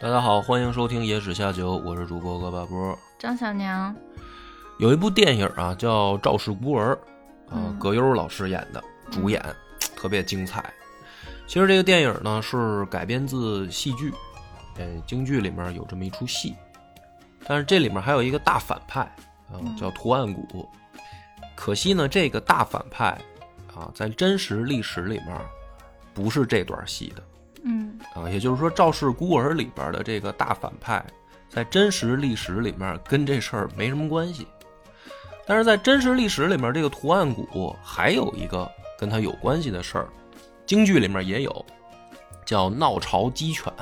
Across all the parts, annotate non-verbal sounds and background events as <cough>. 大家好，欢迎收听《野史下酒》，我是主播恶霸波。张小娘，有一部电影啊，叫《赵氏孤儿》，啊嗯，葛优老师演的，主演特别精彩。其实这个电影呢是改编自戏剧，嗯，京剧里面有这么一出戏，但是这里面还有一个大反派啊，叫图案谷。可惜呢，这个大反派啊，在真实历史里面不是这段戏的。嗯啊，也就是说，《赵氏孤儿》里边的这个大反派，在真实历史里面跟这事儿没什么关系，但是在真实历史里面，这个图案谷还有一个跟他有关系的事儿，京剧里面也有，叫闹潮鸡犬，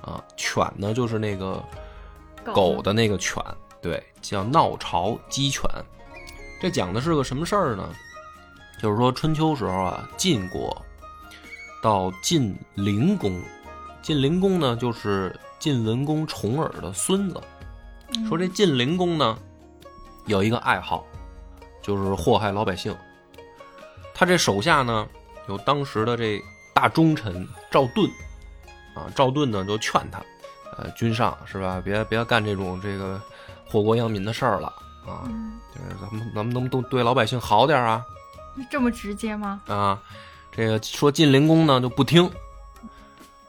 啊，犬呢就是那个狗的那个犬，对，叫闹潮鸡犬。这讲的是个什么事儿呢？就是说春秋时候啊，晋国到晋灵公，晋灵公呢就是晋文公重耳的孙子。嗯说这晋灵公呢，有一个爱好，就是祸害老百姓。他这手下呢有当时的这大忠臣赵盾，啊，赵盾呢就劝他，呃，君上是吧，别别干这种这个祸国殃民的事儿了啊，嗯，就是咱们咱们能不能对老百姓好点儿啊？嗯这么直接吗？啊，这个说晋灵公呢就不听，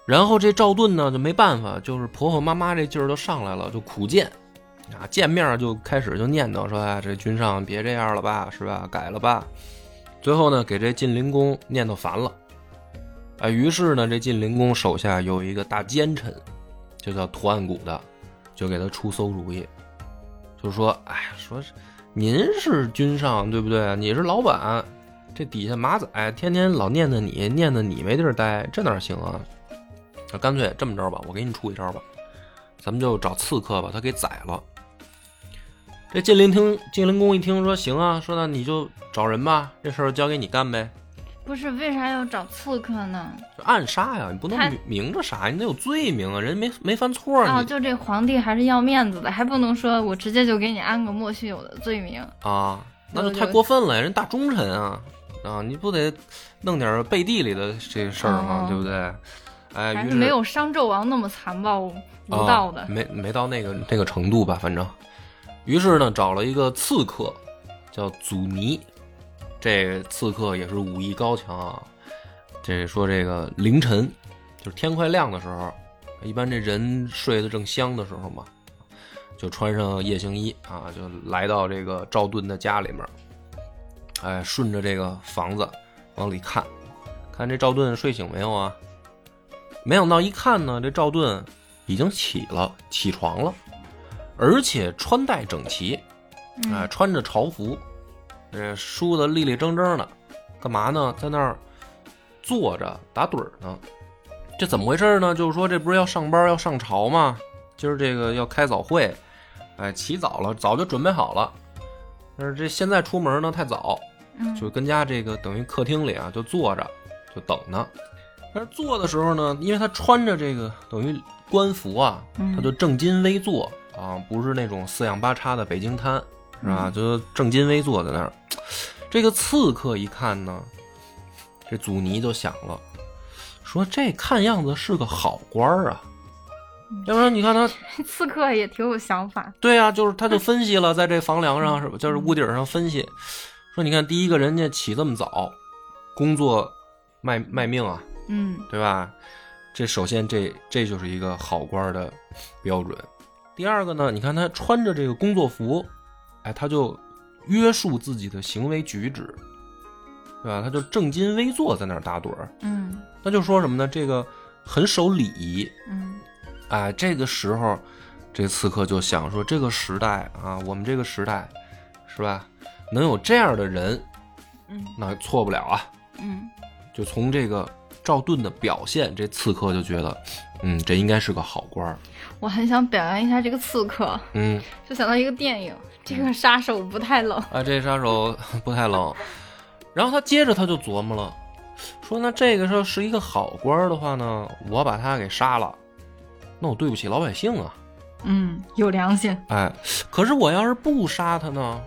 然后这赵盾呢就没办法，就是婆婆妈妈这劲儿都上来了，就苦谏啊，见面儿就开始就念叨说啊，这君上别这样了吧，是吧？改了吧。最后呢，给这晋灵公念叨烦了，啊，于是呢，这晋灵公手下有一个大奸臣，就叫屠岸贾的，就给他出馊主意，就说，哎呀，说是您是君上对不对？你是老板，这底下马仔天天老念叨你，念叨你没地儿待，这哪行啊？那干脆这么着吧，我给你出一招吧，咱们就找刺客把他给宰了。这晋灵听晋灵公一听说行啊，说那你就找人吧，这事儿交给你干呗，不是，为啥要找刺客呢？就暗杀呀，你不能他明明着杀，你得有罪名啊，人家没没犯错啊，啊，你就这皇帝还是要面子的，还不能说我直接就给你安个莫须有的罪名。啊，那那就就太过分了，人大忠臣啊啊，你不得弄点背地里的这事儿吗？哦对不对？哎，反于正是没有商纣王那么残暴无道的啊，没没到那个那个程度吧，反正。于是呢，找了一个刺客，叫祖尼，这刺客也是武艺高强啊。这说这个凌晨，就是天快亮的时候，一般这人睡得正香的时候嘛，就穿上夜行衣啊，就来到这个赵盾的家里面。哎，顺着这个房子往里看，看这赵盾睡醒没有啊？没想到一看呢，这赵盾已经起了，起床了，而且穿戴整齐，嗯啊、穿着朝服，呃，梳的立立正正的，干嘛呢？在那儿坐着打盹儿呢。这怎么回事呢？就是说，这不是要上班要上朝吗？今儿这个要开早会，哎，起早了，早就准备好了。但是这现在出门呢太早，嗯就跟家这个等于客厅里啊，就坐着就等呢。但是坐的时候呢，因为他穿着这个等于官服啊，嗯他就正襟危坐啊，不是那种四仰八叉的北京瘫，是吧？就正襟危坐在那儿。这个刺客一看呢，这祖尼就想了，说这看样子是个好官儿啊，要不然你看他 <laughs> 刺客也挺有想法。对呀、就是他就分析了，在这房梁上是吧？就是屋顶上分析，说你看第一个人家起这么早，工作卖卖命啊，嗯对吧？这首先这这就是一个好官儿的标准。第二个呢，你看他穿着这个工作服，哎，他就约束自己的行为举止，对吧？他就正襟危坐在那儿打盹儿，嗯那就说什么呢？这个很守礼仪，嗯哎，这个时候，这刺客就想说，这个时代啊，我们这个时代，是吧？能有这样的人，嗯那错不了啊。嗯就从这个赵盾的表现，这刺客就觉得嗯，这应该是个好官儿。我很想表扬一下这个刺客，嗯，就想到一个电影，这个杀手不太冷，啊，这杀手 <laughs> 不太冷。然后他接着他就琢磨了，说那这个时候是一个好官儿的话呢，我把他给杀了，那我对不起老百姓啊。嗯，有良心，哎，可是我要是不杀他呢？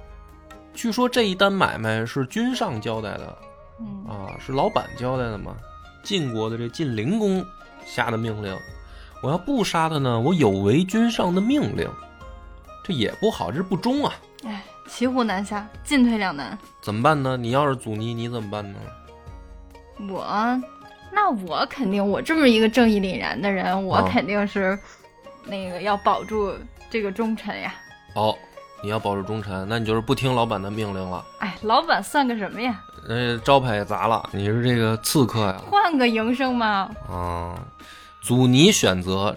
据说这一单买卖是君上交代的嗯啊，是老板交代的嘛。晋国的这晋灵公下的命令，我要不杀他呢，我有违君上的命令，这也不好，这不忠啊。哎，骑虎难下，进退两难。怎么办呢？你要是阻尼，你怎么办呢？我，那我肯定，我这么一个正义凛然的人，我啊肯定是那个要保住这个忠臣呀。哦，你要保住忠臣，那你就是不听老板的命令了，哎，老板算个什么呀？那招牌也砸了，你是这个刺客呀！换个营生嘛，啊，阻尼选择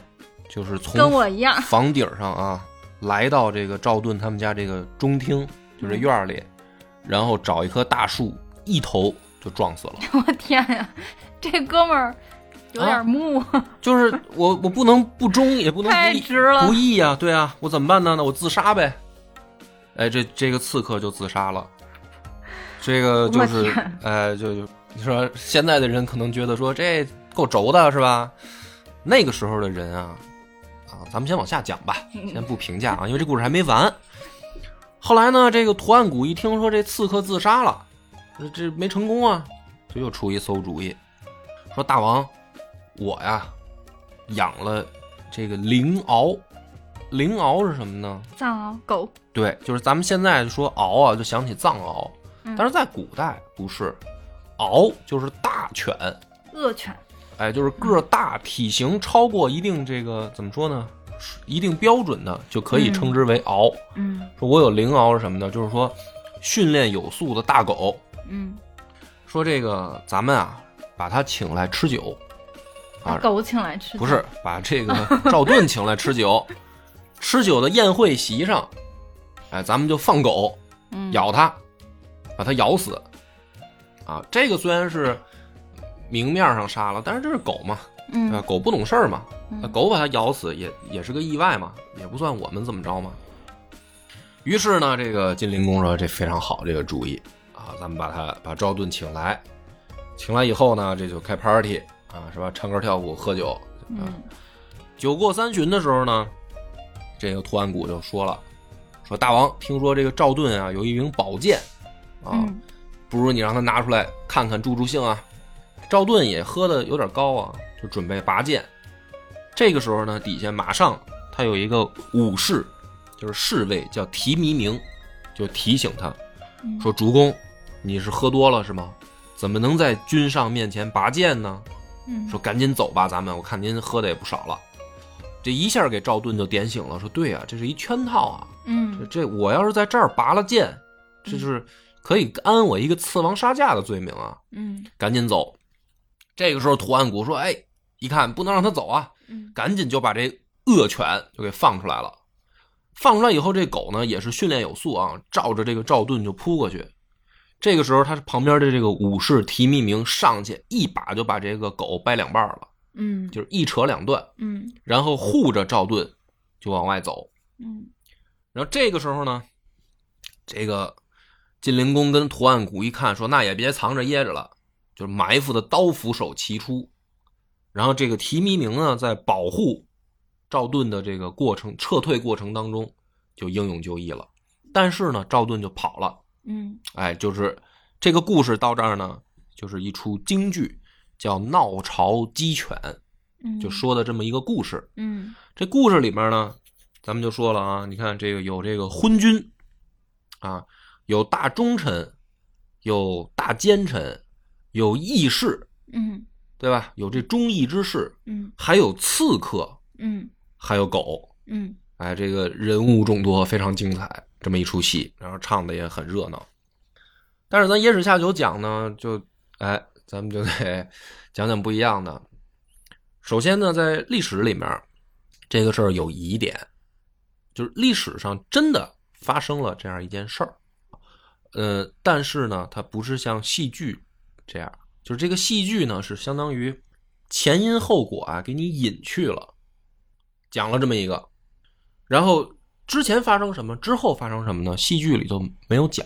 就是跟从我一样。 <laughs> 房顶上啊，来到这个赵盾他们家这个中厅，就是嗯院儿里，然后找一棵大树，一头就撞 <laughs> 死了。我天呀，这哥们儿有啊点木，就是我，我不能不忠，也不能太不义直了不义呀、对啊，我怎么办呢？那我自杀呗。哎，这这个刺客就自杀了。这个就我是天，哎，就就你说现在的人可能觉得说这够轴的是吧？那个时候的人啊，啊，咱们先往下讲吧，嗯先不评价啊，因为这故事还没完。后来呢，这个图案谷一听说这刺客自杀了，这这没成功啊，就又出一馊主意，说大王，我呀养了这个灵獒，灵獒是什么呢？藏獒狗，对，就是咱们现在说獒啊，就想起藏獒，嗯但是在古代不是，獒就是大犬，恶犬，哎，就是个儿大，体型超过一定这个怎么说呢？一定标准的就可以称之为獒。嗯说我有灵獒是什么呢？就是说训练有素的大狗。嗯，说这个咱们啊，把它请来吃酒，把啊狗请来吃，不，是把这个赵盾请来吃酒，吃酒的宴会席上，哎，咱们就放狗，嗯，咬它，把它咬死。啊，这个虽然是明面上杀了，但是这是狗嘛，嗯啊，狗不懂事儿嘛，嗯那狗把它咬死也也是个意外嘛，也不算我们怎么着嘛。于是呢，这个晋灵公说这非常好，这个主意啊，咱们把他把赵盾请来，请来以后呢，这就开 party 啊，是吧？唱歌跳舞喝酒，啊嗯酒过三巡的时候呢，这个图案谷就说了，说大王，听说这个赵盾啊有一柄宝剑啊，嗯不如你让他拿出来看看助助兴啊。赵盾也喝的有点高啊，就准备拔剑。这个时候呢，底下马上他有一个武士，就是侍卫，叫提弥明，就提醒他嗯说：“主公，你是喝多了是吗？怎么能在君上面前拔剑呢？嗯，说赶紧走吧，咱们我看您喝的也不少了。”这一下给赵盾就点醒了，说：“对啊，这是一圈套啊！这嗯这我要是在这儿拔了剑，这是可以安我一个刺王杀价的罪名啊！嗯赶紧走。这个时候，图案谷说：“哎，一看不能让他走啊，嗯赶紧就把这恶犬就给放出来了。放出来以后，这狗呢也是训练有素啊，照着这个赵盾就扑过去。这个时候，他旁边的这个武士提密明上去一把就把这个狗掰两半了，嗯就是一扯两断，嗯然后护着赵盾就往外走。嗯然后这个时候呢，这个晋灵公跟图案谷一看，说那也别藏着掖着了，就是埋伏的刀斧手齐出。然后这个提弥明呢，在保护赵盾的这个过程撤退过程当中，就英勇就义了。但是呢，赵盾就跑了。嗯哎，就是这个故事到这儿呢，就是一出京剧，叫《闹朝鸡犬》，嗯，就说的这么一个故事。嗯这故事里面呢，咱们就说了啊，你看这个有这个昏君，啊，有大忠臣，有大奸臣，有义士，嗯对吧？有这忠义之士，嗯还有刺客，嗯还有狗，嗯哎，这个人物众多，非常精彩，这么一出戏，然后唱的也很热闹。但是咱野史下酒讲呢，就哎，咱们就得讲讲不一样的。首先呢，在历史里面，这个事儿有疑点，就是历史上真的发生了这样一件事儿。呃，但是呢，它不是像戏剧这样，就是这个戏剧呢是相当于前因后果啊给你隐去了，讲了这么一个，然后之前发生什么，之后发生什么呢？戏剧里头没有讲，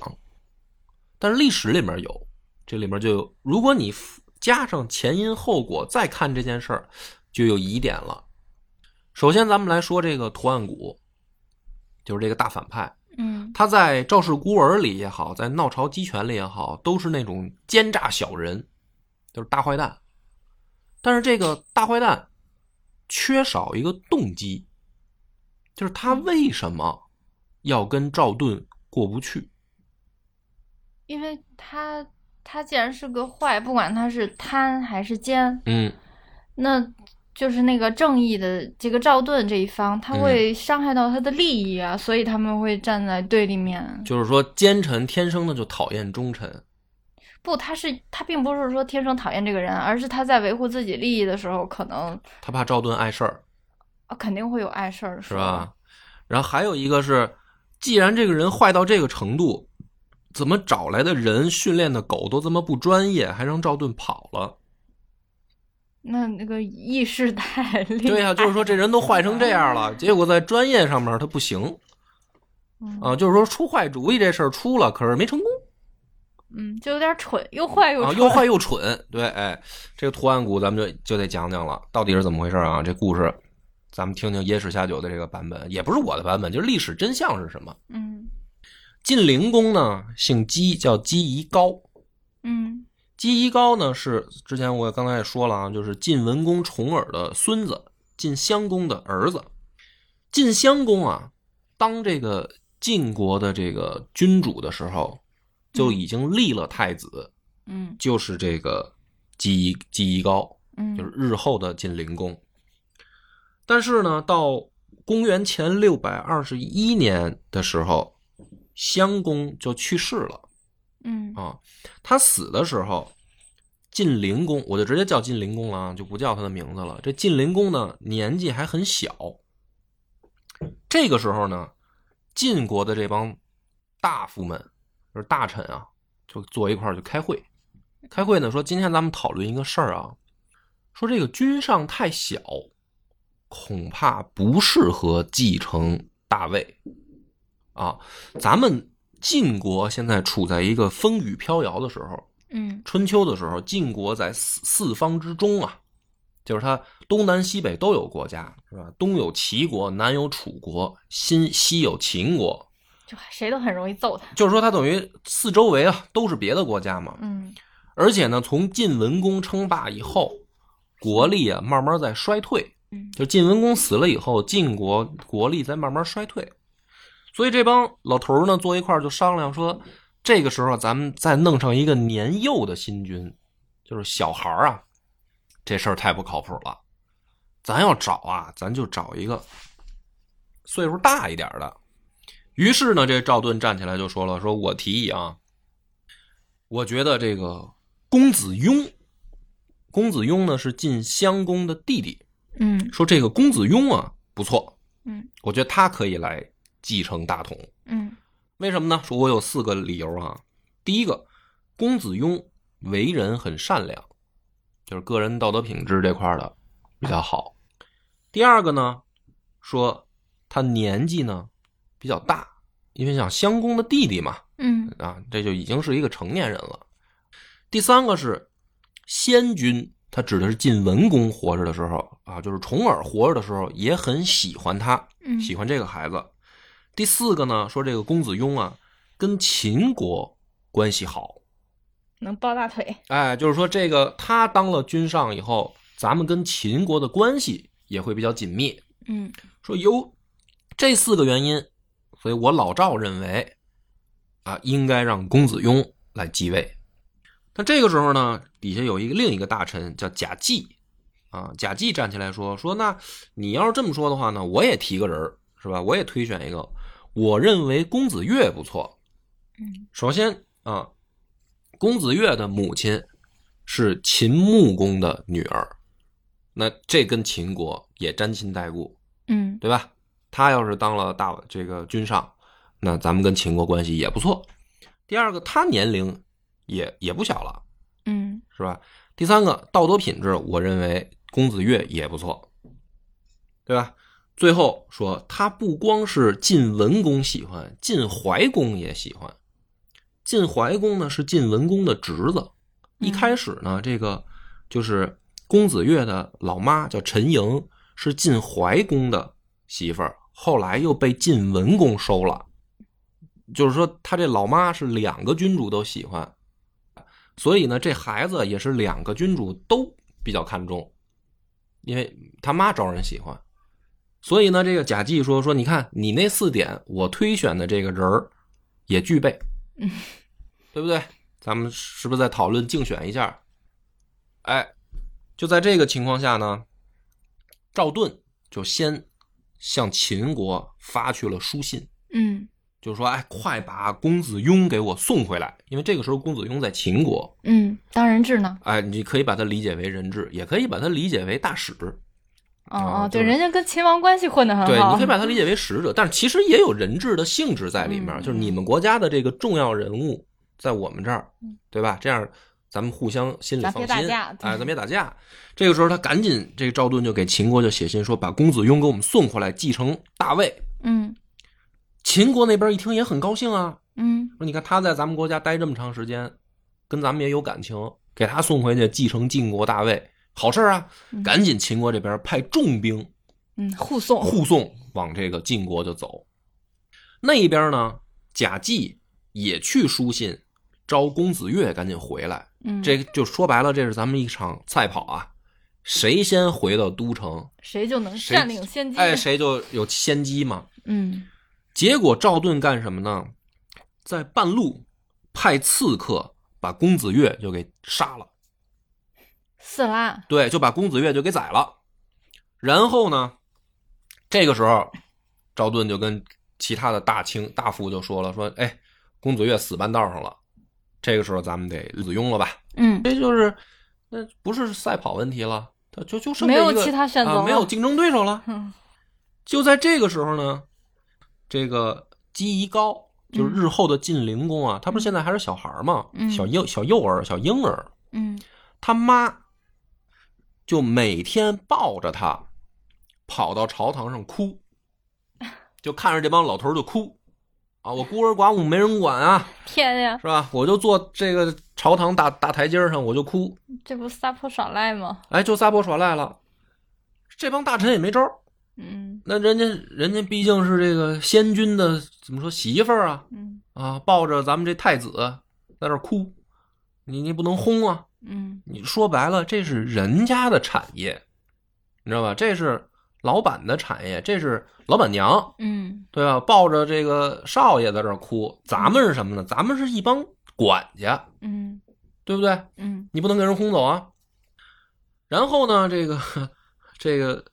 但是历史里面有，这里面就有。如果你 f- 加上前因后果再看这件事儿，就有疑点了。首先，咱们来说这个图案谷，就是这个大反派，嗯他在《赵氏孤儿》里也好，在《闹潮鸡犬》里也好，都是那种奸诈小人，就是大坏蛋。但是这个大坏蛋缺少一个动机，就是他为什么要跟赵盾过不去？因为他他既然是个坏，不管他是贪还是奸，嗯，那就是那个正义的这个赵盾这一方，嗯他会伤害到他的利益啊，所以他们会站在对立面。就是说奸臣天生的就讨厌忠臣，不，他是他并不是说天生讨厌这个人，而是他在维护自己利益的时候，可能他怕赵盾碍事儿，啊肯定会有碍事儿的时是候，吧？？然后还有一个是，既然这个人坏到这个程度，怎么找来的人训练的狗都这么不专业，还让赵盾跑了？那那个意识 <laughs> 太厉害，对呀、啊 <laughs> 就是说这人都坏成这样了，结果在专业上面他不行嗯啊，就是说出坏主意这事儿出了，可是没成功。嗯，就有点蠢，又坏又啊，蠢，又坏又蠢。对，哎，这个图案谷咱们就就得讲讲了，到底是怎么回事啊？这故事，咱们听听野史下酒的这个版本，也不是我的版本，就是历史真相是什么。嗯晋灵公呢，姓姬，叫姬夷高。嗯姬夷高呢是之前我刚才也说了啊，就是晋文公重耳的孙子，晋襄公的儿子。晋襄公啊，当这个晋国的这个君主的时候，就已经立了太子。嗯就是这个姬夷姬夷高，嗯，就是日后的晋灵公。但是呢，到公元前六百二十一年的时候，襄公就去世了嗯啊。他死的时候，晋灵公我就直接叫晋灵公了啊，就不叫他的名字了。这晋灵公呢，年纪还很小。这个时候呢，晋国的这帮大夫们，就是大臣啊，就坐一块儿就开会。开会呢说，今天咱们讨论一个事儿啊，说这个君上太小，恐怕不适合继承大位啊。咱们晋国现在处在一个风雨飘摇的时候，嗯春秋的时候，晋国在四四方之中啊，就是它东南西北都有国家，是吧？东有齐国，南有楚国，新西有秦国，就谁都很容易揍他，就是说它等于四周围啊都是别的国家嘛。嗯而且呢，从晋文公称霸以后，国力啊慢慢在衰退嗯。就晋文公死了以后，晋国国力在慢慢衰退，所以这帮老头儿呢坐一块儿就商量说，这个时候啊咱们再弄上一个年幼的新君，就是小孩儿啊，这事儿太不靠谱了。咱要找啊，咱就找一个岁数大一点儿的。于是呢，这赵盾站起来就说了：“说我提议啊，我觉得这个公子雍，公子雍呢是晋襄公的弟弟。嗯说这个公子雍啊不错，嗯我觉得他可以来继承大统。嗯为什么呢？说我有四个理由啊。第一个，公子雍为人很善良，就是个人道德品质这块儿的比较好。第二个呢，说他年纪呢比较大，因为像襄公的弟弟嘛，嗯啊，这就已经是一个成年人了。第三个是先君，他指的是晋文公活着的时候啊，就是重耳活着的时候也很喜欢他，嗯，喜欢这个孩子。第四个呢，说这个公子雍啊，跟秦国关系好，能抱大腿，哎，就是说这个他当了君上以后，咱们跟秦国的关系也会比较紧密。嗯说有这四个原因，所以我老赵认为啊，应该让公子雍来继位。但这个时候呢，底下有一个另一个大臣叫贾季啊，贾季站起来说：“说那你要是这么说的话呢，我也提个人儿是吧？我也推选一个，我认为公子越不错。嗯首先啊，公子越的母亲是秦穆公的女儿，那这跟秦国也沾亲带故。嗯对吧？他要是当了大这个君上，那咱们跟秦国关系也不错。第二个，他年龄也也不小了，嗯是吧？第三个道德品质，我认为公子越也不错，对吧？最后说他不光是晋文公喜欢，晋怀公也喜欢。晋怀公呢是晋文公的侄子，一开始呢，这个就是公子越的老妈叫陈莹，是晋怀公的媳妇儿，后来又被晋文公收了。就是说，他这老妈是两个君主都喜欢，所以呢，这孩子也是两个君主都比较看重，因为他妈招人喜欢。所以呢，这个贾季说说，你看你那四点，我推选的这个人儿也具备，对不对？咱们是不是再讨论竞选一下？哎，就在这个情况下呢，赵盾就先向秦国发去了书信，嗯就说：“哎，快把公子雍给我送回来！”因为这个时候公子雍在秦国，嗯，当人质呢？哎，你可以把它理解为人质，也可以把它理解为大使。哦啊哦，就对，是人家跟秦王关系混得很好。对，你可以把它理解为使者，但是其实也有人质的性质在里面，嗯就是你们国家的这个重要人物在我们这儿，对吧？这样咱们互相心里嗯咱放心，别打架对哎，咱别打架。这个时候他赶紧，这个赵盾就给秦国就写信说，把公子雍给我们送回来，继承大位。嗯秦国那边一听也很高兴啊，嗯说你看他在咱们国家待这么长时间，跟咱们也有感情，给他送回去继承晋国大位，好事儿啊！嗯赶紧秦国这边派重兵嗯，护送。护送往这个晋国就走。那一边呢，贾季也去书信招公子越赶紧回来。嗯，这个就说白了，这是咱们一场赛跑啊，谁先回到都城，谁就能谁嗯占领先机。哎，谁就有先机嘛。嗯结果赵盾干什么呢？在半路派刺客把公子越就给杀了，四拉。对，就把公子越就给宰了。然后呢，这个时候赵盾就跟其他的大卿大夫就说了，说，哎，公子越死半道上了，这个时候咱们得子雍了吧？嗯，这就是那不是赛跑问题了，他就就剩没这有一个其他选择啊，了没有竞争对手了。嗯就在这个时候呢，这个姬宜高就是日后的晋灵公啊，他不是现在还是小孩儿嘛，嗯小幼小幼儿、小婴儿，嗯他妈就每天抱着他跑到朝堂上哭，就看着这帮老头儿就哭啊，我孤儿寡母没人管啊，天呀，是吧？我就坐这个朝堂大大台阶儿上，我就哭，这不撒泼耍赖吗？哎，就撒泼耍赖了。这帮大臣也没招儿嗯那人家人家毕竟是这个先君的怎么说媳妇儿啊嗯啊，抱着咱们这太子在那儿哭，你你不能轰啊！嗯你说白了，这是人家的产业，你知道吧？这是老板的产业，这是老板娘嗯对吧？抱着这个少爷在这儿哭，咱们是什么呢？咱们是一帮管家，嗯对不对？嗯你不能给人轰走啊。然后呢，这个这个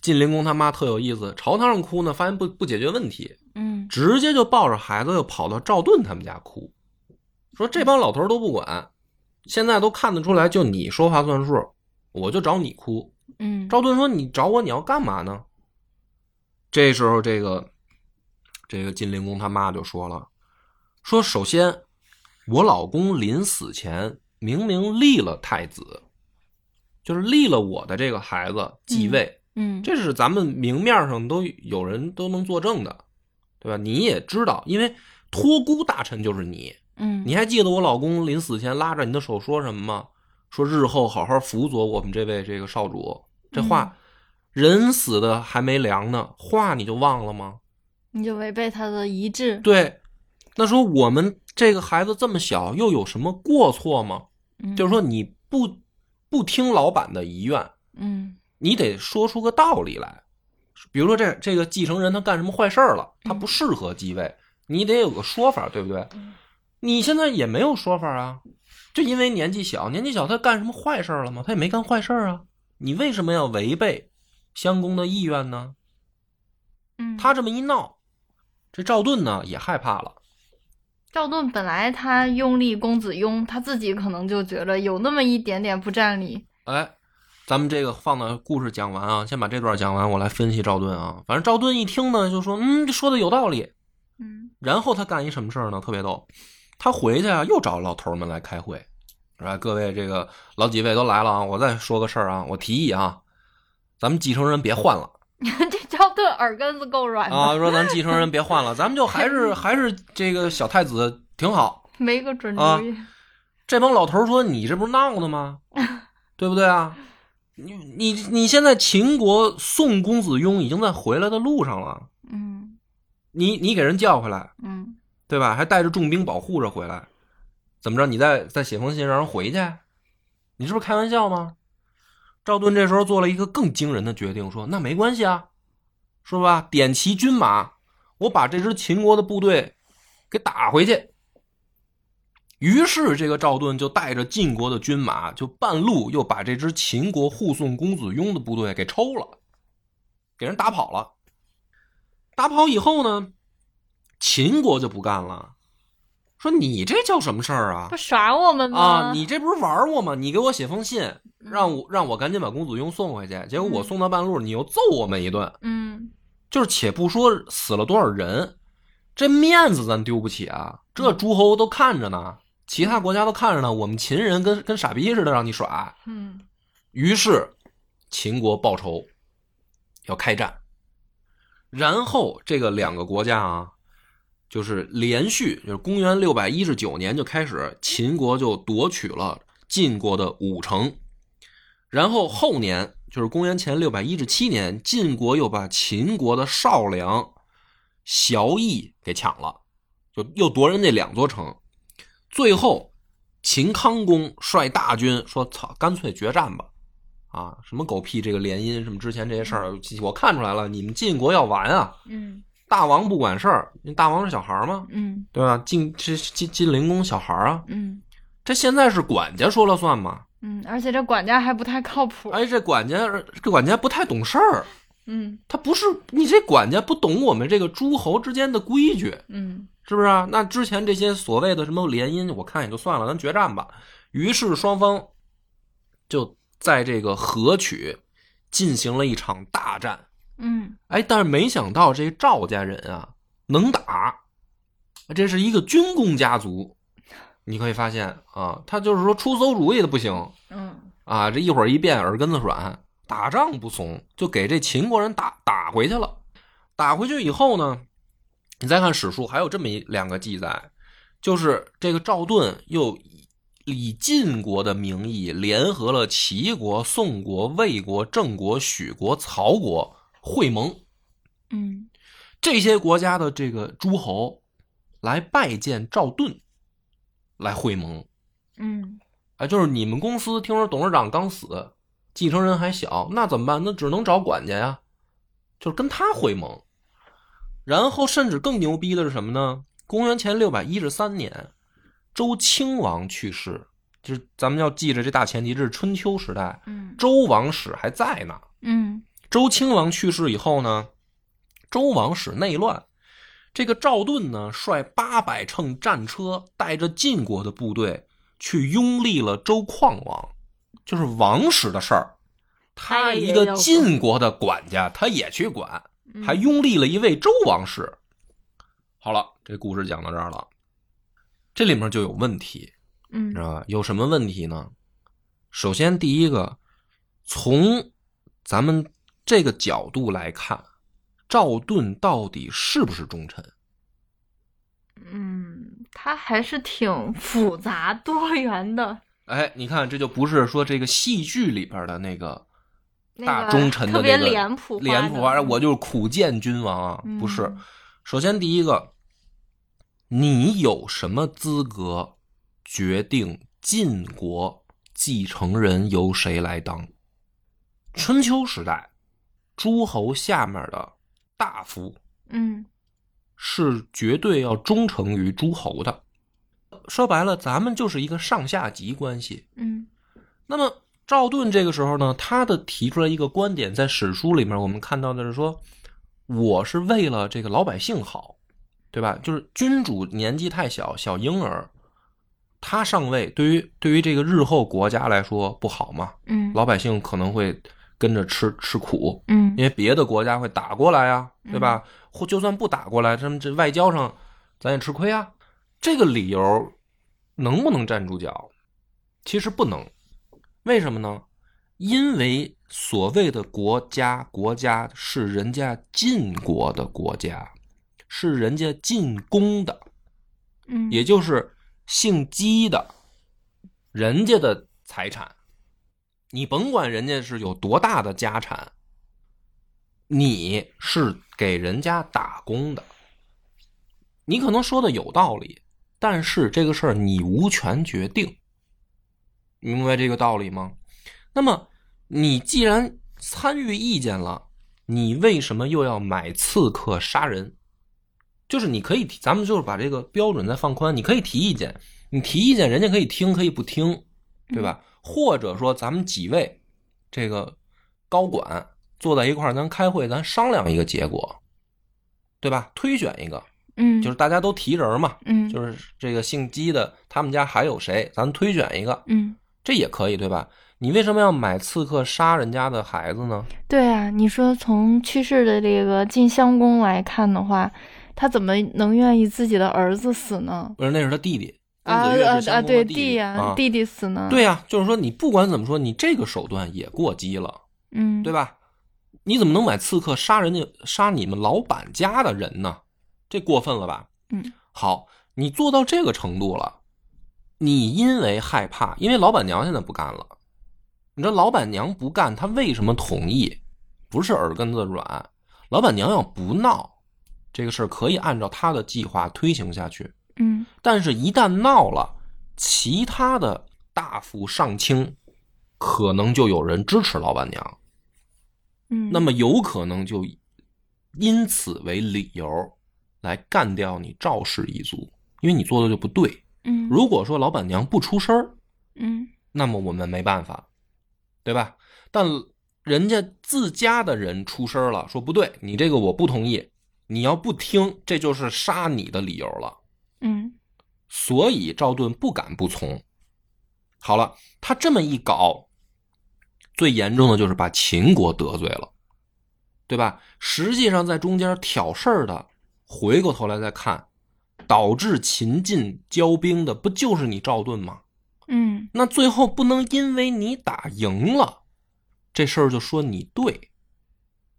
晋灵公他妈特有意思，朝堂上哭呢，发现不不解决问题，嗯直接就抱着孩子又跑到赵盾他们家哭，说这帮老头儿都不管，现在都看得出来，就你说话算数，我就找你哭。嗯，赵盾说：“你找我，你要干嘛呢？”这时候，这个这个晋灵公他妈就说了：“说首先，我老公临死前明明立了太子，就是立了我的这个孩子继位，嗯这是咱们明面上都有人都能作证的，对吧？你也知道，因为托孤大臣就是你，嗯你还记得我老公临死前拉着你的手说什么吗？说日后好好辅佐我们这位这个少主。这话，人死的还没凉呢，话你就忘了吗？你就违背他的遗志。对，那说我们这个孩子这么小，又有什么过错吗？嗯就是说你不不听老板的遗愿，嗯你得说出个道理来。比如说这这个继承人他干什么坏事儿了，他不适合继位，你得有个说法，对不对？你现在也没有说法啊，就因为年纪小，年纪小他干什么坏事儿了吗？他也没干坏事儿啊，你为什么要违背襄公的意愿呢？嗯，他这么一闹，这赵盾呢也害怕了，赵盾本来他拥立公子雍，他自己可能就觉得有那么一点点不占理。哎，咱们这个放到故事讲完啊，先把这段讲完，我来分析赵盾啊。反正赵盾一听呢，就说嗯，这说的有道理，嗯然后他干一什么事儿呢？特别逗，他回去啊，又找老头儿们来开会，是吧？各位这个老几位都来了啊，我再说个事儿啊，我提议啊，咱们继承人别换了。 <laughs> 这赵盾耳根子够软的，啊，说咱继承人别换了，咱们就还是还是这个小太子挺好。没个准主啊意。这帮老头儿说你这不是闹呢吗？对不对啊？你你你现在秦国宋公子雍已经在回来的路上了，嗯你你给人叫回来，嗯，对吧？还带着重兵保护着回来，怎么着？你再再写封信让人回去？你是不是开玩笑吗？赵盾这时候做了一个更惊人的决定，说：“那没关系啊，是吧？点齐军马，我把这支秦国的部队给打回去。”于是，这个赵盾就带着晋国的军马，就半路又把这支秦国护送公子雍的部队给抽了，给人打跑了。打跑以后呢，秦国就不干了，说你这叫什么事儿啊不？耍我们吗？啊，你这不是玩我吗？你给我写封信，让我让我赶紧把公子雍送回去。结果我嗯送到半路，你又揍我们一顿。嗯就是且不说死了多少人，这面子咱丢不起啊！这嗯诸侯都看着呢，其他国家都看着呢，我们秦人跟跟傻逼似的让你耍。嗯于是秦国报仇，要开战。然后这个两个国家啊，就是连续就是公元六百一十九年就开始，秦国就夺取了晋国的五城，然后后年就是公元前六百一十七年，晋国又把秦国的少梁、崤邑给抢了，就又夺人这两座城。最后，秦康公率大军说：“操，干脆决战吧！”啊，什么狗屁这个联姻，什么之前这些事儿，我看出来了，你们晋国要完啊！嗯大王不管事儿，那大王是小孩儿吗？嗯对吧？晋这晋晋灵公小孩儿啊，嗯这现在是管家说了算吗？嗯，而且这管家还不太靠谱。哎，这管家这管家不太懂事儿，嗯他不是你这管家不懂我们这个诸侯之间的规矩，嗯是不是啊？那之前这些所谓的什么联姻，我看也就算了，咱决战吧。于是双方就在这个河曲进行了一场大战。嗯哎，但是没想到这赵家人啊能打，这是一个军工家族。你可以发现啊，他就是说出馊主意的不行嗯啊，这一会儿一变耳根子软，打仗不怂，就给这秦国人打打回去了。打回去以后呢，你再看史书还有这么一两个记载，就是这个赵盾又以以晋国的名义联合了齐国、宋国、魏国、郑国、许国、曹国会盟。嗯这些国家的这个诸侯来拜见赵盾，来会盟。嗯哎，就是你们公司听说董事长刚死，继承人还小，那怎么办？那只能找管家呀，就是跟他会盟。然后，甚至更牛逼的是什么呢？公元前六百一十三年，周顷王去世，就是咱们要记着这大前提，这是春秋时代，嗯周王室还在呢。嗯周顷王去世以后呢，周王室内乱，这个赵盾呢率八百乘战车，带着晋国的部队去拥立了周邝王，就是王室的事儿。他他也一个要管晋国的管家，他也去管，嗯，还拥立了一位周王室。好了，这故事讲到这儿了，这里面就有问题。嗯知道吧？有什么问题呢？首先，第一个，从咱们这个角度来看，赵盾到底是不是忠臣？嗯，他还是挺复杂多元的。哎，你看，这就不是说这个戏剧里边的那个那大个忠臣的特别那个脸谱化的脸谱化，我就是苦谏君王啊，不是嗯。首先，第一个，你有什么资格决定晋国继承人由谁来当？春秋时代，诸侯下面的大夫嗯是绝对要忠诚于诸侯的。说白了，咱们就是一个上下级关系。嗯那么赵盾这个时候呢，他的提出来一个观点，在史书里面我们看到的是说，我是为了这个老百姓好，对吧？就是君主年纪太小，小婴儿，他上位对于对于这个日后国家来说不好嘛，嗯老百姓可能会跟着吃吃苦，嗯因为别的国家会打过来啊，对吧？或就算不打过来，他们这外交上咱也吃亏啊。这个理由能不能站住脚？其实不能，为什么呢？因为所谓的国家，国家是人家晋国的国家，是人家进攻的，嗯，也就是姓姬的，人家的财产，你甭管人家是有多大的家产，你是给人家打工的。你可能说的有道理，但是这个事儿你无权决定，明白这个道理吗？那么你既然参与意见了，你为什么又要买刺客杀人？就是你可以提，咱们就是把这个标准再放宽，你可以提意见，你提意见，人家可以听，可以不听，对吧？或者说咱们几位这个高管坐在一块儿，咱开会，咱商量一个结果，对吧？推选一个，嗯，就是大家都提人嘛，嗯，就是是这个姓姬的，他们家还有谁，咱推选一个，嗯，这也可以，对吧？你为什么要买刺客杀人家的孩子呢？对啊，你说从去世的这个晋襄公来看的话，他怎么能愿意自己的儿子死呢？不是，那是他弟弟。啊公子越啊是啊！相公对的弟呀、啊，弟弟死呢？对呀、就是说你不管怎么说，你这个手段也过激了，嗯，对吧？你怎么能买刺客杀人家杀你们老板家的人呢？这过分了吧？嗯，好，你做到这个程度了，你因为害怕，因为老板娘现在不干了，你知道老板娘不干，她为什么同意？不是耳根子软，老板娘要不闹，这个事儿可以按照她的计划推行下去。嗯但是，一旦闹了，其他的大夫上卿可能就有人支持老板娘，嗯，那么有可能就因此为理由来干掉你赵氏一族，因为你做的就不对。嗯如果说老板娘不出声儿，嗯那么我们没办法，对吧？但人家自家的人出声儿了，说不对，你这个我不同意，你要不听，这就是杀你的理由了。嗯所以赵盾不敢不从。好了，他这么一搞，最严重的就是把秦国得罪了，对吧？实际上在中间挑事儿的，回过头来再看，导致秦晋交兵的不就是你赵盾吗？嗯那最后不能因为你打赢了，这事儿就说你对，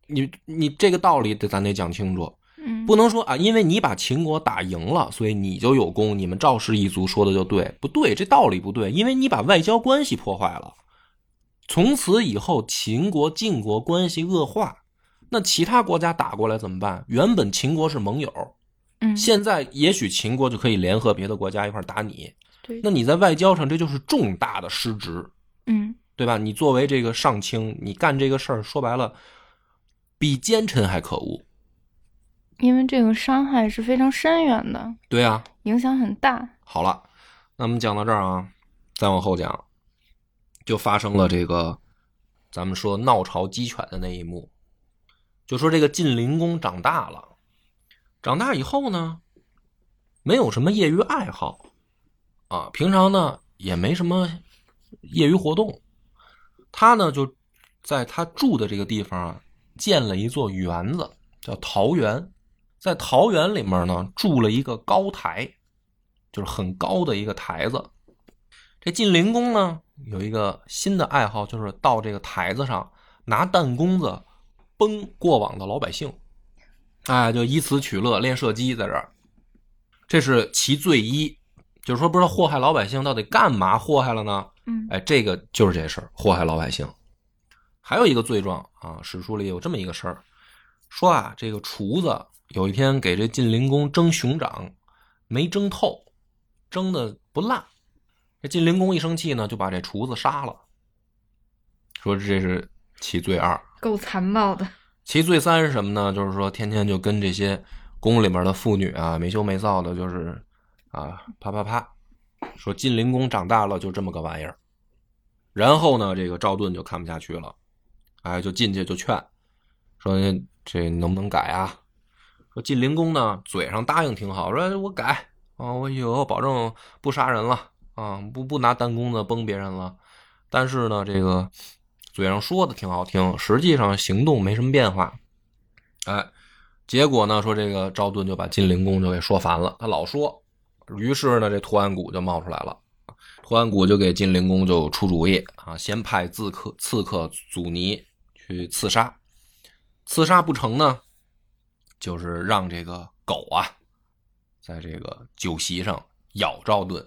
你你这个道理得咱得讲清楚。嗯，不能说啊，因为你把秦国打赢了，所以你就有功，你们赵氏一族说的就对，不对？这道理不对，因为你把外交关系破坏了，从此以后秦国、晋国关系恶化，那其他国家打过来怎么办？原本秦国是盟友，嗯现在也许秦国就可以联合别的国家一块儿打你，对那你在外交上这就是重大的失职，嗯对吧？你作为这个上卿，你干这个事儿，说白了，比奸臣还可恶，因为这个伤害是非常深远的，对啊。影响很大。好了，那么讲到这儿啊，再往后讲，就发生了这个咱们说闹朝鸡犬的那一幕。就说这个晋灵公长大了，长大以后呢，没有什么业余爱好啊，平常呢也没什么业余活动，他呢就在他住的这个地方啊，建了一座园子，叫桃园。在桃园里面呢，住了一个高台，就是很高的一个台子。这晋灵公呢，有一个新的爱好，就是到这个台子上拿弹弓子崩过往的老百姓，哎，就以此取乐，练射击在这儿。这是其罪一，就是说不知道祸害老百姓到底干嘛祸害了呢？嗯哎，这个就是这事儿，祸害老百姓。还有一个罪状啊，史书里有这么一个事儿，说啊，这个厨子有一天给这晋灵公蒸熊掌，没蒸透，蒸的不烂。这晋灵公一生气呢，就把这厨子杀了，说这是其罪二。够残暴的。其罪三是什么呢？就是说天天就跟这些宫里面的妇女啊没羞没臊的，就是啊啪啪啪，说晋灵公长大了就这么个玩意儿。然后呢，这个赵盾就看不下去了，哎，就进去就劝，说这能不能改啊？说晋灵公呢嘴上答应挺好，说我改啊，我以后保证不杀人了啊，不不拿弹弓子崩别人了。但是呢，这个嘴上说的挺好听，实际上行动没什么变化。哎，结果呢，说这个赵盾就把晋灵公就给说烦了，他老说，于是呢，这图案谷就冒出来了。图案谷就给晋灵公就出主意啊，先派刺客刺客阻尼去刺杀，刺杀不成呢，就是让这个狗啊，在这个酒席上咬赵盾，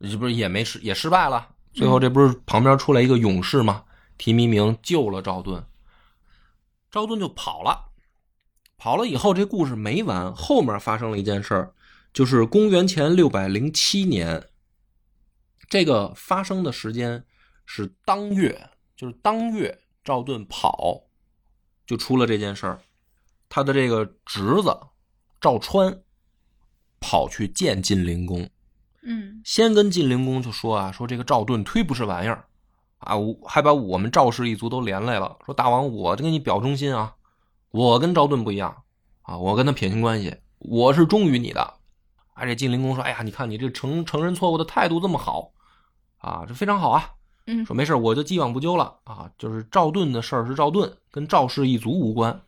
这不是也没失也失败了。最后这不是旁边出来一个勇士吗？提弥明救了赵盾，赵盾就跑了。跑了以后，这故事没完，后面发生了一件事儿，就是公元前六百零七年，这个发生的时间是当月，就是当月赵盾跑，就出了这件事儿。他的这个侄子赵川跑去见晋灵公，嗯先跟晋灵公就说啊，说这个赵盾忒不是玩意儿啊，我还把我们赵氏一族都连累了。说大王，我这跟你表忠心啊，我跟赵盾不一样啊，我跟他撇清关系，我是忠于你的。哎，这晋灵公说，哎呀，你看你这承承认错误的态度这么好啊，这非常好啊。嗯说没事，我就既往不咎了啊，就是赵盾的事儿是赵盾，跟赵氏一族无关。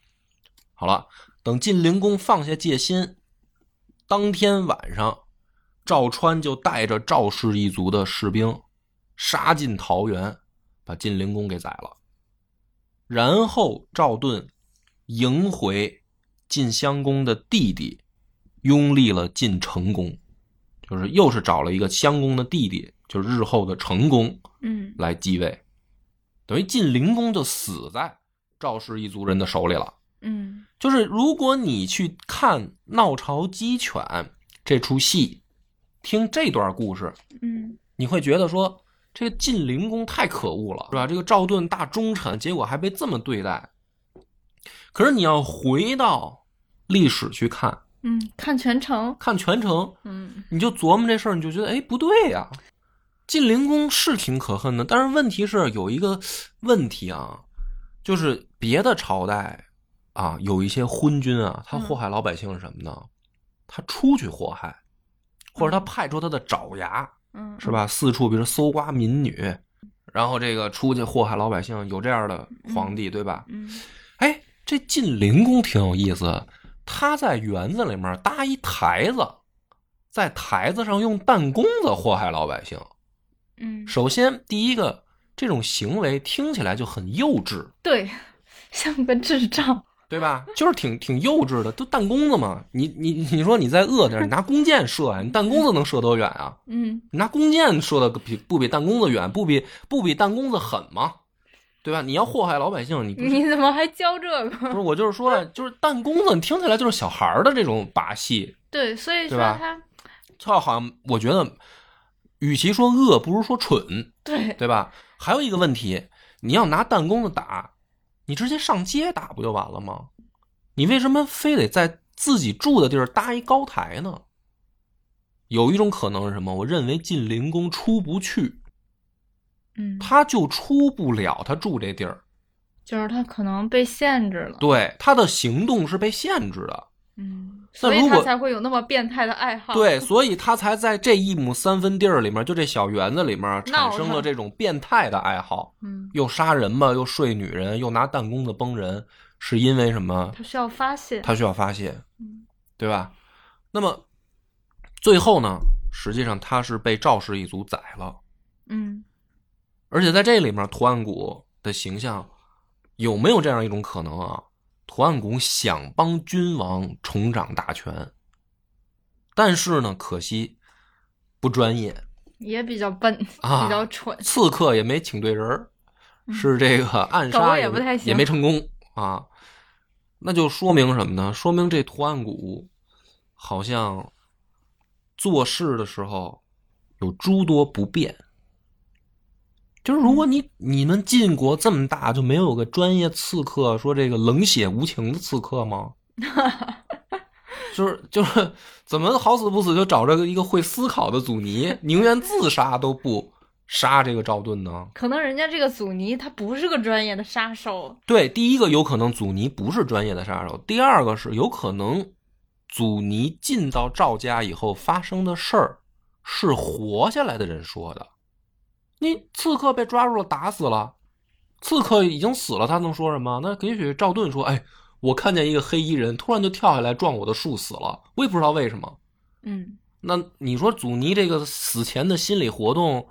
好了，等晋灵公放下戒心，当天晚上，赵川就带着赵氏一族的士兵杀进桃园，把晋灵公给宰了。然后赵盾迎回晋襄公的弟弟，拥立了晋成公，就是又是找了一个襄公的弟弟，就是日后的成公。嗯来继位，等于晋灵公就死在赵氏一族人的手里了。嗯就是如果你去看《闹朝鸡犬》这出戏，听这段故事，嗯你会觉得说这个晋灵公太可恶了，是吧？这个赵盾大忠臣，结果还被这么对待。可是你要回到历史去看，嗯，看全程，看全程，嗯你就琢磨这事儿，你就觉得哎不对呀、晋灵公是挺可恨的，但是问题是有一个问题啊，就是别的朝代啊，有一些昏君啊，他祸害老百姓是什么呢？他出去祸害，或者他派出他的爪牙，嗯，是？吧？四处比如搜刮民女，然后这个出去祸害老百姓，有这样的皇帝对吧？嗯哎，这晋灵公挺有意思，他在园子里面搭一台子，在台子上用弹弓子祸害老百姓。嗯，首先，第一个，这种行为听起来就很幼稚，对， <laughs> 像个智障。对吧？就是挺挺幼稚的，都弹弓子嘛。你你你说你再饿点儿，你拿弓箭射啊，你弹弓子能射多远啊？嗯你拿弓箭射的比不比弹弓子远，不比不比弹弓子狠吗？对吧？你要祸害老百姓，你不是你怎么还教这个？不 <laughs> 是我就是说了，就是弹弓子，你听起来就是小孩儿的这种把戏，对，所以对说吧他这好像我觉得，与其说恶，不如说蠢，对对吧？还有一个问题，你要拿弹弓子打，你直接上街打不就完了吗？你为什么非得在自己住的地儿搭一高台呢？有一种可能是什么？我认为晋灵公出不去，嗯，他就出不了他住这地儿，就是他可能被限制了，对他的行动是被限制的。嗯，所如以他果才会有那么变态的爱好。对，所以他才在这一亩三分地儿里面，就这小园子里面，产生了这种变态的爱好，嗯，又杀人吧，又睡女人，又拿弹弓子崩人，是因为什么？他需要发泄。他需要发泄嗯，对吧？那么最后呢，实际上他是被赵氏一族宰了，嗯而且在这里面，图案谷的形象有没有这样一种可能啊？图案谷想帮君王重掌大权，但是呢，可惜不专业，也比较笨，啊比较蠢。刺客也没请对人儿，嗯是这个暗杀狗也没不太行也没成功啊。那就说明什么呢？说明这图案谷好像做事的时候有诸多不便。就是如果嗯你你们晋国这么大，就没有个专业刺客，说这个冷血无情的刺客吗？就是就是怎么好死不死就找这个一个会思考的阻尼，宁愿自杀都不杀这个赵盾呢？可能人家这个阻尼他不是个专业的杀手，对，第一个有可能阻尼不是专业的杀手，第二个是有可能阻尼进到赵家以后发生的事儿是活下来的人说的。你刺客被抓住了，打死了，刺客已经死了，他能说什么？那也许赵盾说：“哎，我看见一个黑衣人突然就跳下来撞我的树死了，我也不知道为什么。”嗯，那你说祖尼这个死前的心理活动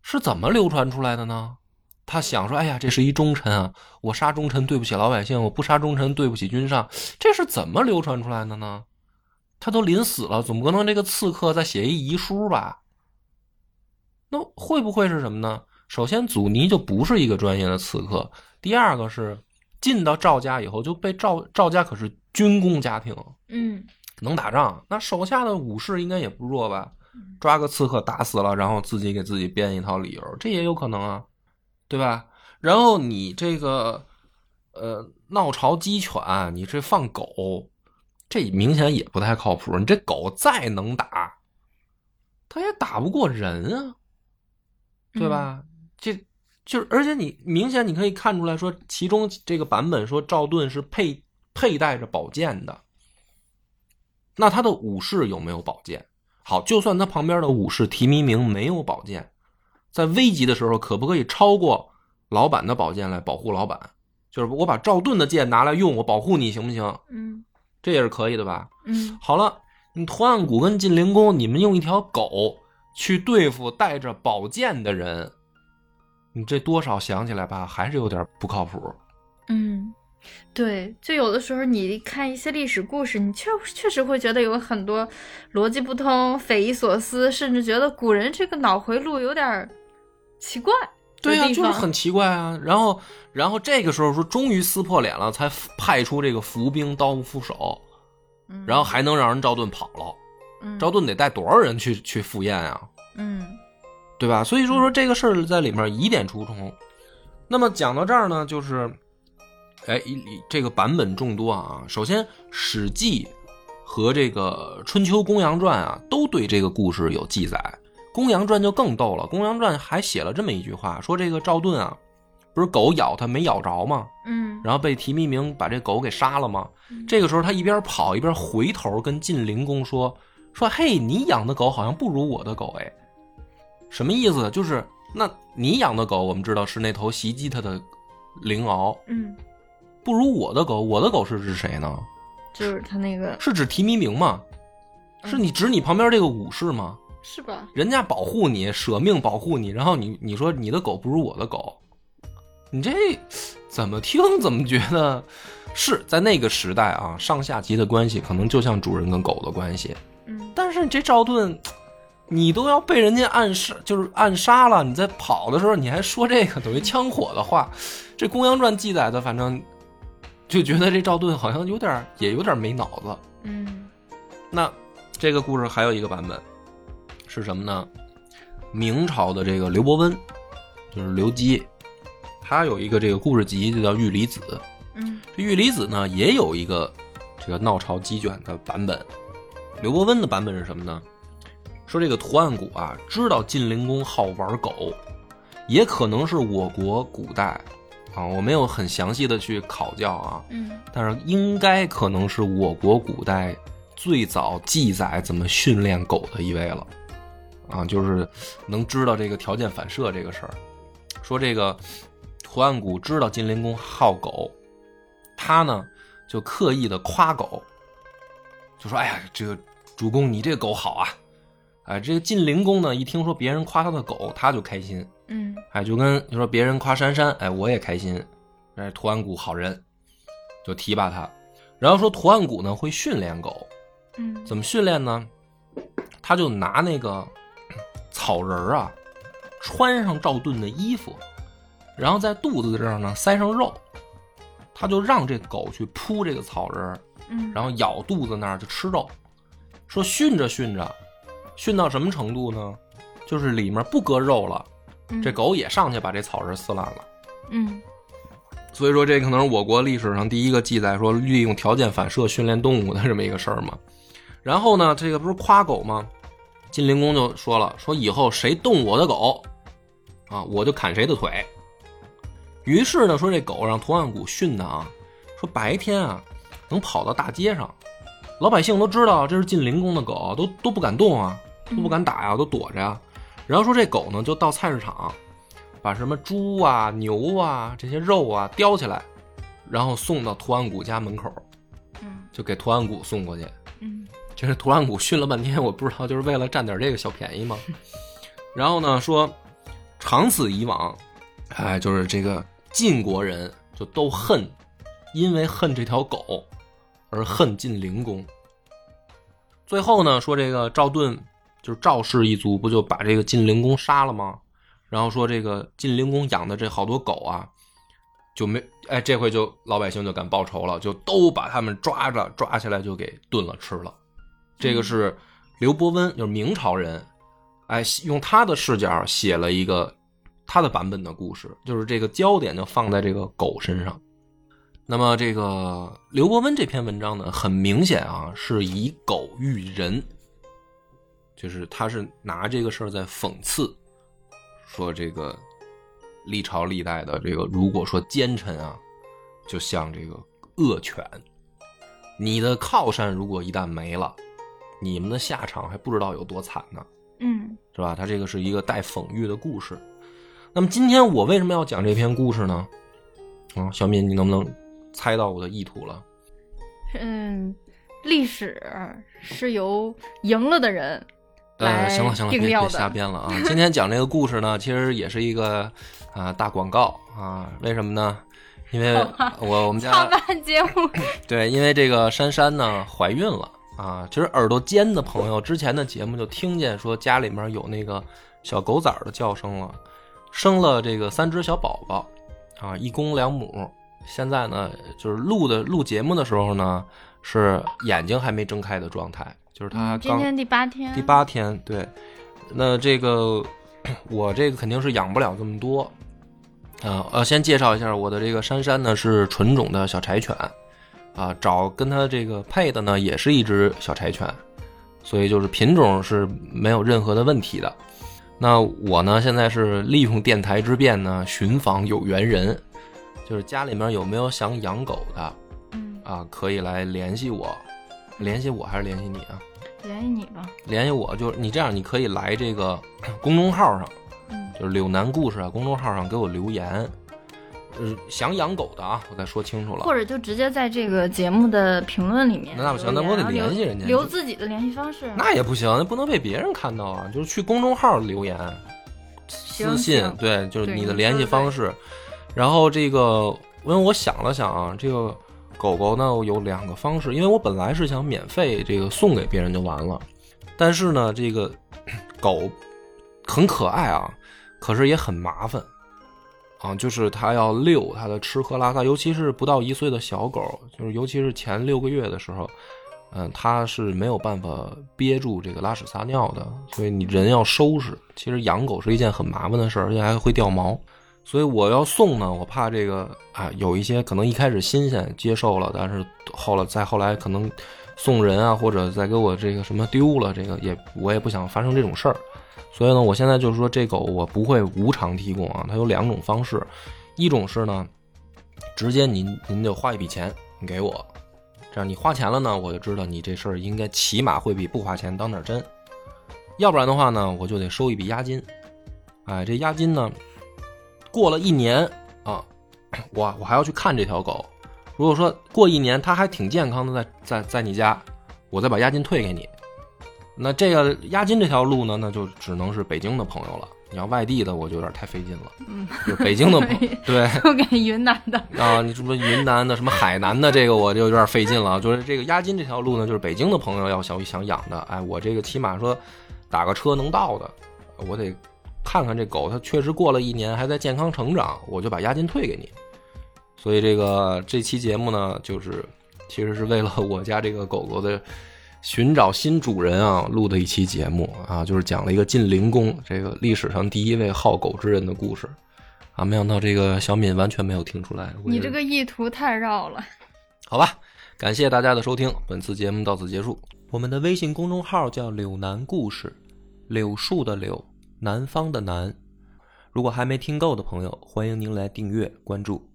是怎么流传出来的呢？他想说：“哎呀，这是一忠臣啊，我杀忠臣对不起老百姓，我不杀忠臣对不起君上。”这是怎么流传出来的呢？他都临死了，总不能这个刺客再写一遗书吧？那会不会是什么呢？首先，祖尼就不是一个专业的刺客；第二个是进到赵家以后就被赵赵家可是军工家庭，嗯，能打仗，那手下的武士应该也不弱吧？抓个刺客打死了，然后自己给自己编一套理由，这也有可能啊，对吧？然后你这个呃闹潮鸡犬，你这放狗，这明显也不太靠谱。你这狗再能打，它也打不过人啊，对吧？这就是，而且你明显你可以看出来说，其中这个版本说赵盾是佩佩戴着宝剑的，那他的武士有没有宝剑？好，就算他旁边的武士提弥明没有宝剑，在危急的时候，可不可以超过老板的宝剑来保护老板？就是我把赵盾的剑拿来用，我保护你行不行？嗯这也是可以的吧？嗯好了，你图案谷跟晋灵公，你们用一条狗去对付带着宝剑的人，你这多少想起来吧，还是有点不靠谱。嗯，对，就有的时候你看一些历史故事，你确确实会觉得有很多逻辑不通、匪夷所思，甚至觉得古人这个脑回路有点儿奇怪的对地呀、方。就是很奇怪啊。然后，然后这个时候说，终于撕破脸了，才派出这个伏兵刀不敷手，嗯，然后还能让人赵盾跑了。嗯赵盾得带多少人去去赴宴啊，嗯对吧？所以说说这个事儿在里面疑点重重。那么讲到这儿呢，就是，哎，一一这个版本众多啊。首先，《史记》和这个《春秋公羊传》啊，都对这个故事有记载。《公羊传》就更逗了，《公羊传》还写了这么一句话，说这个赵盾啊，不是狗咬他没咬着吗？嗯，然后被提密明把这狗给杀了吗？这个时候他一边跑一边回头跟晋灵公说：“说嘿，你养的狗好像不如我的狗哎，什么意思？就是那你养的狗我们知道是那头袭击他的灵獒，嗯，不如我的狗，我的狗是指谁呢？就是他 <laughs> 那个是指提密明吗？是你指你旁边这个武士吗？是吧？人家保护你，舍命保护你，然后你你说你的狗不如我的狗，你这怎么听怎么觉得是在那个时代啊，上下级的关系可能就像主人跟狗的关系，嗯但是你这赵盾，你都要被人家暗杀，就是暗杀了，你在跑的时候你还说这个等于枪火的话，这《公羊传》记载的，反正就觉得这赵盾好像有点儿也有点儿没脑子。嗯那这个故事还有一个版本是什么呢？明朝的这个刘伯温，就是刘基，他有一个这个故事集，就叫《玉离子》。嗯这《玉离子》呢，也有一个这个闹潮鸡卷的版本。刘伯温的版本是什么呢？说这个图案谷啊，知道晋灵公好玩狗，也可能是我国古代啊，我没有很详细的去考究啊，嗯但是应该可能是我国古代最早记载怎么训练狗的一位了，啊，就是能知道这个条件反射这个事儿。说这个图案谷知道晋灵公好狗，他呢就刻意的夸狗，就说：“哎呀，这个主公你这狗好啊！”哎，这个晋灵公呢一听说别人夸他的狗，他就开心。嗯哎，就跟就说别人夸珊珊，哎，我也开心。哎，图案谷好人，就提拔他。然后说图案谷呢会训练狗，嗯怎么训练呢？他就拿那个草人儿啊，穿上赵盾的衣服，然后在肚子这儿呢塞上肉，他就让这狗去扑这个草人儿，嗯，然后后咬肚子那儿就吃肉。说训着训着，训到什么程度呢？就是里面不割肉了，这狗也上去把这草人撕烂了。嗯所以说，这可能是我国历史上第一个记载说利用条件反射训练动物的这么一个事儿嘛。然后呢，这个不是夸狗吗？晋灵公就说了，说以后谁动我的狗，啊，我就砍谁的腿。于是呢，说这狗让图案谷训的啊，说白天啊能跑到大街上，老百姓都知道这是晋灵公的狗，都都不敢动啊，嗯都不敢打呀、都躲着呀、然后说这狗呢就到菜市场，把什么猪啊、牛啊这些肉啊叼起来，然后送到图案谷家门口，嗯就给图案谷送过去。嗯这是图案谷训了半天，我不知道就是为了占点这个小便宜吗？然后呢，说长此以往，哎，就是这个晋国人就都恨，因为恨这条狗而恨晋灵公。最后呢，说这个赵盾就是赵氏一族，不就把这个晋灵公杀了吗？然后说这个晋灵公养的这好多狗啊，就没哎，这回就老百姓就敢报仇了，就都把他们抓着抓起来就给炖了吃了。这个是刘伯温，就是明朝人，哎，用他的视角写了一个他的版本的故事，就是这个焦点就放在这个狗身上。那么这个刘伯温这篇文章呢，很明显啊，是以狗喻人，就是他是拿这个事儿在讽刺，说这个历朝历代的这个，如果说奸臣啊，就像这个恶犬，你的靠山如果一旦没了，你们的下场还不知道有多惨呢，嗯是吧？它这个是一个带讽喻的故事。那么今天我为什么要讲这篇故事呢？啊、小敏，你能不能猜到我的意图了？嗯，历史是由赢了的人来呃，行了行了，别别定调瞎的。编了啊！ <laughs> 今天讲这个故事呢，其实也是一个啊、大广告啊，为什么呢？因为我我们家 <laughs> 创办 <laughs> 节目，对，因为这个珊珊呢怀孕了啊。其实耳朵尖的朋友之前的节目就听见说家里面有那个小狗崽儿的叫声了，生了这个三只小宝宝啊，一公两母。现在呢，就是录的录节目的时候呢，是眼睛还没睁开的状态，就是他嗯今啊刚天第八天，第八天，对，那这个我这个肯定是养不了这么多，啊，呃，先介绍一下我的这个珊珊呢是纯种的小柴犬，啊，找跟它这个配的呢也是一只小柴犬，所以就是品种是没有任何的问题的。那我呢现在是利用电台之便呢寻访有缘人，就是家里面有没有想养狗的嗯，啊，可以来联系我，联系我还是联系你啊？联系你吧。联系我，就是你这样，你可以来这个公众号上，嗯就是柳南故事啊，公众号上给我留言。呃，想养狗的啊，我再说清楚了或。者就直接在这个节目的评论里面留言，那那不行那我得然后留联系人家留就自己的联系方式。那也不行，那不能被别人看到啊。就是去公众号留言，私行信行，对，就是对你你的说联系的方式。然后这个，因为我想了想啊，这个狗狗呢有两个方式，因为我本来是想免费这个送给别人就完了，但是呢，这个狗很可爱啊，可是也很麻烦啊，就是它要遛它的吃喝拉撒，尤其是不到一岁的小狗，就是尤其是前六个月的时候。嗯，它是没有办法憋住这个拉屎撒尿的，所以你人要收拾。其实养狗是一件很麻烦的事儿，而且还会掉毛。所以我要送呢，我怕这个啊，有一些可能一开始新鲜接受了，但是后来再后来可能送人啊，或者再给我这个什么丢了，这个也我也不想发生这种事儿。所以呢，我现在就是说，这狗我不会无偿提供啊，它有两种方式，一种是呢，直接您您就花一笔钱你给我，这样你花钱了呢，我就知道你这事儿应该起码会比不花钱当点儿真，要不然的话呢，我就得收一笔押金。哎，这押金呢，过了一年啊，我我还要去看这条狗。如果说过一年它还挺健康的在，在在你家，我再把押金退给你。那这个押金这条路呢，那就只能是北京的朋友了。你要外地的，我就有点太费劲了。嗯，就北京的朋对 <laughs> 对， <laughs> 就给云南的。啊，你什么云南的、什么海南的，这个我就有点费劲了。啊就是这个押金这条路呢，就是北京的朋友要想想养的，哎，我这个起码说打个车能到的，我得看看这狗它确实过了一年还在健康成长，我就把押金退给你。所以这个这期节目呢，就是其实是为了我家这个狗狗的寻找新主人啊录的一期节目啊，就是讲了一个晋灵公这个历史上第一位好狗之人的故事。啊，没想到这个小敏完全没有听出来。我你也这个意图太绕了。好吧，感谢大家的收听，本次节目到此结束。我们的微信公众号叫“柳南故事”，柳树的柳，南方的南。如果还没听够的朋友，欢迎您来订阅关注。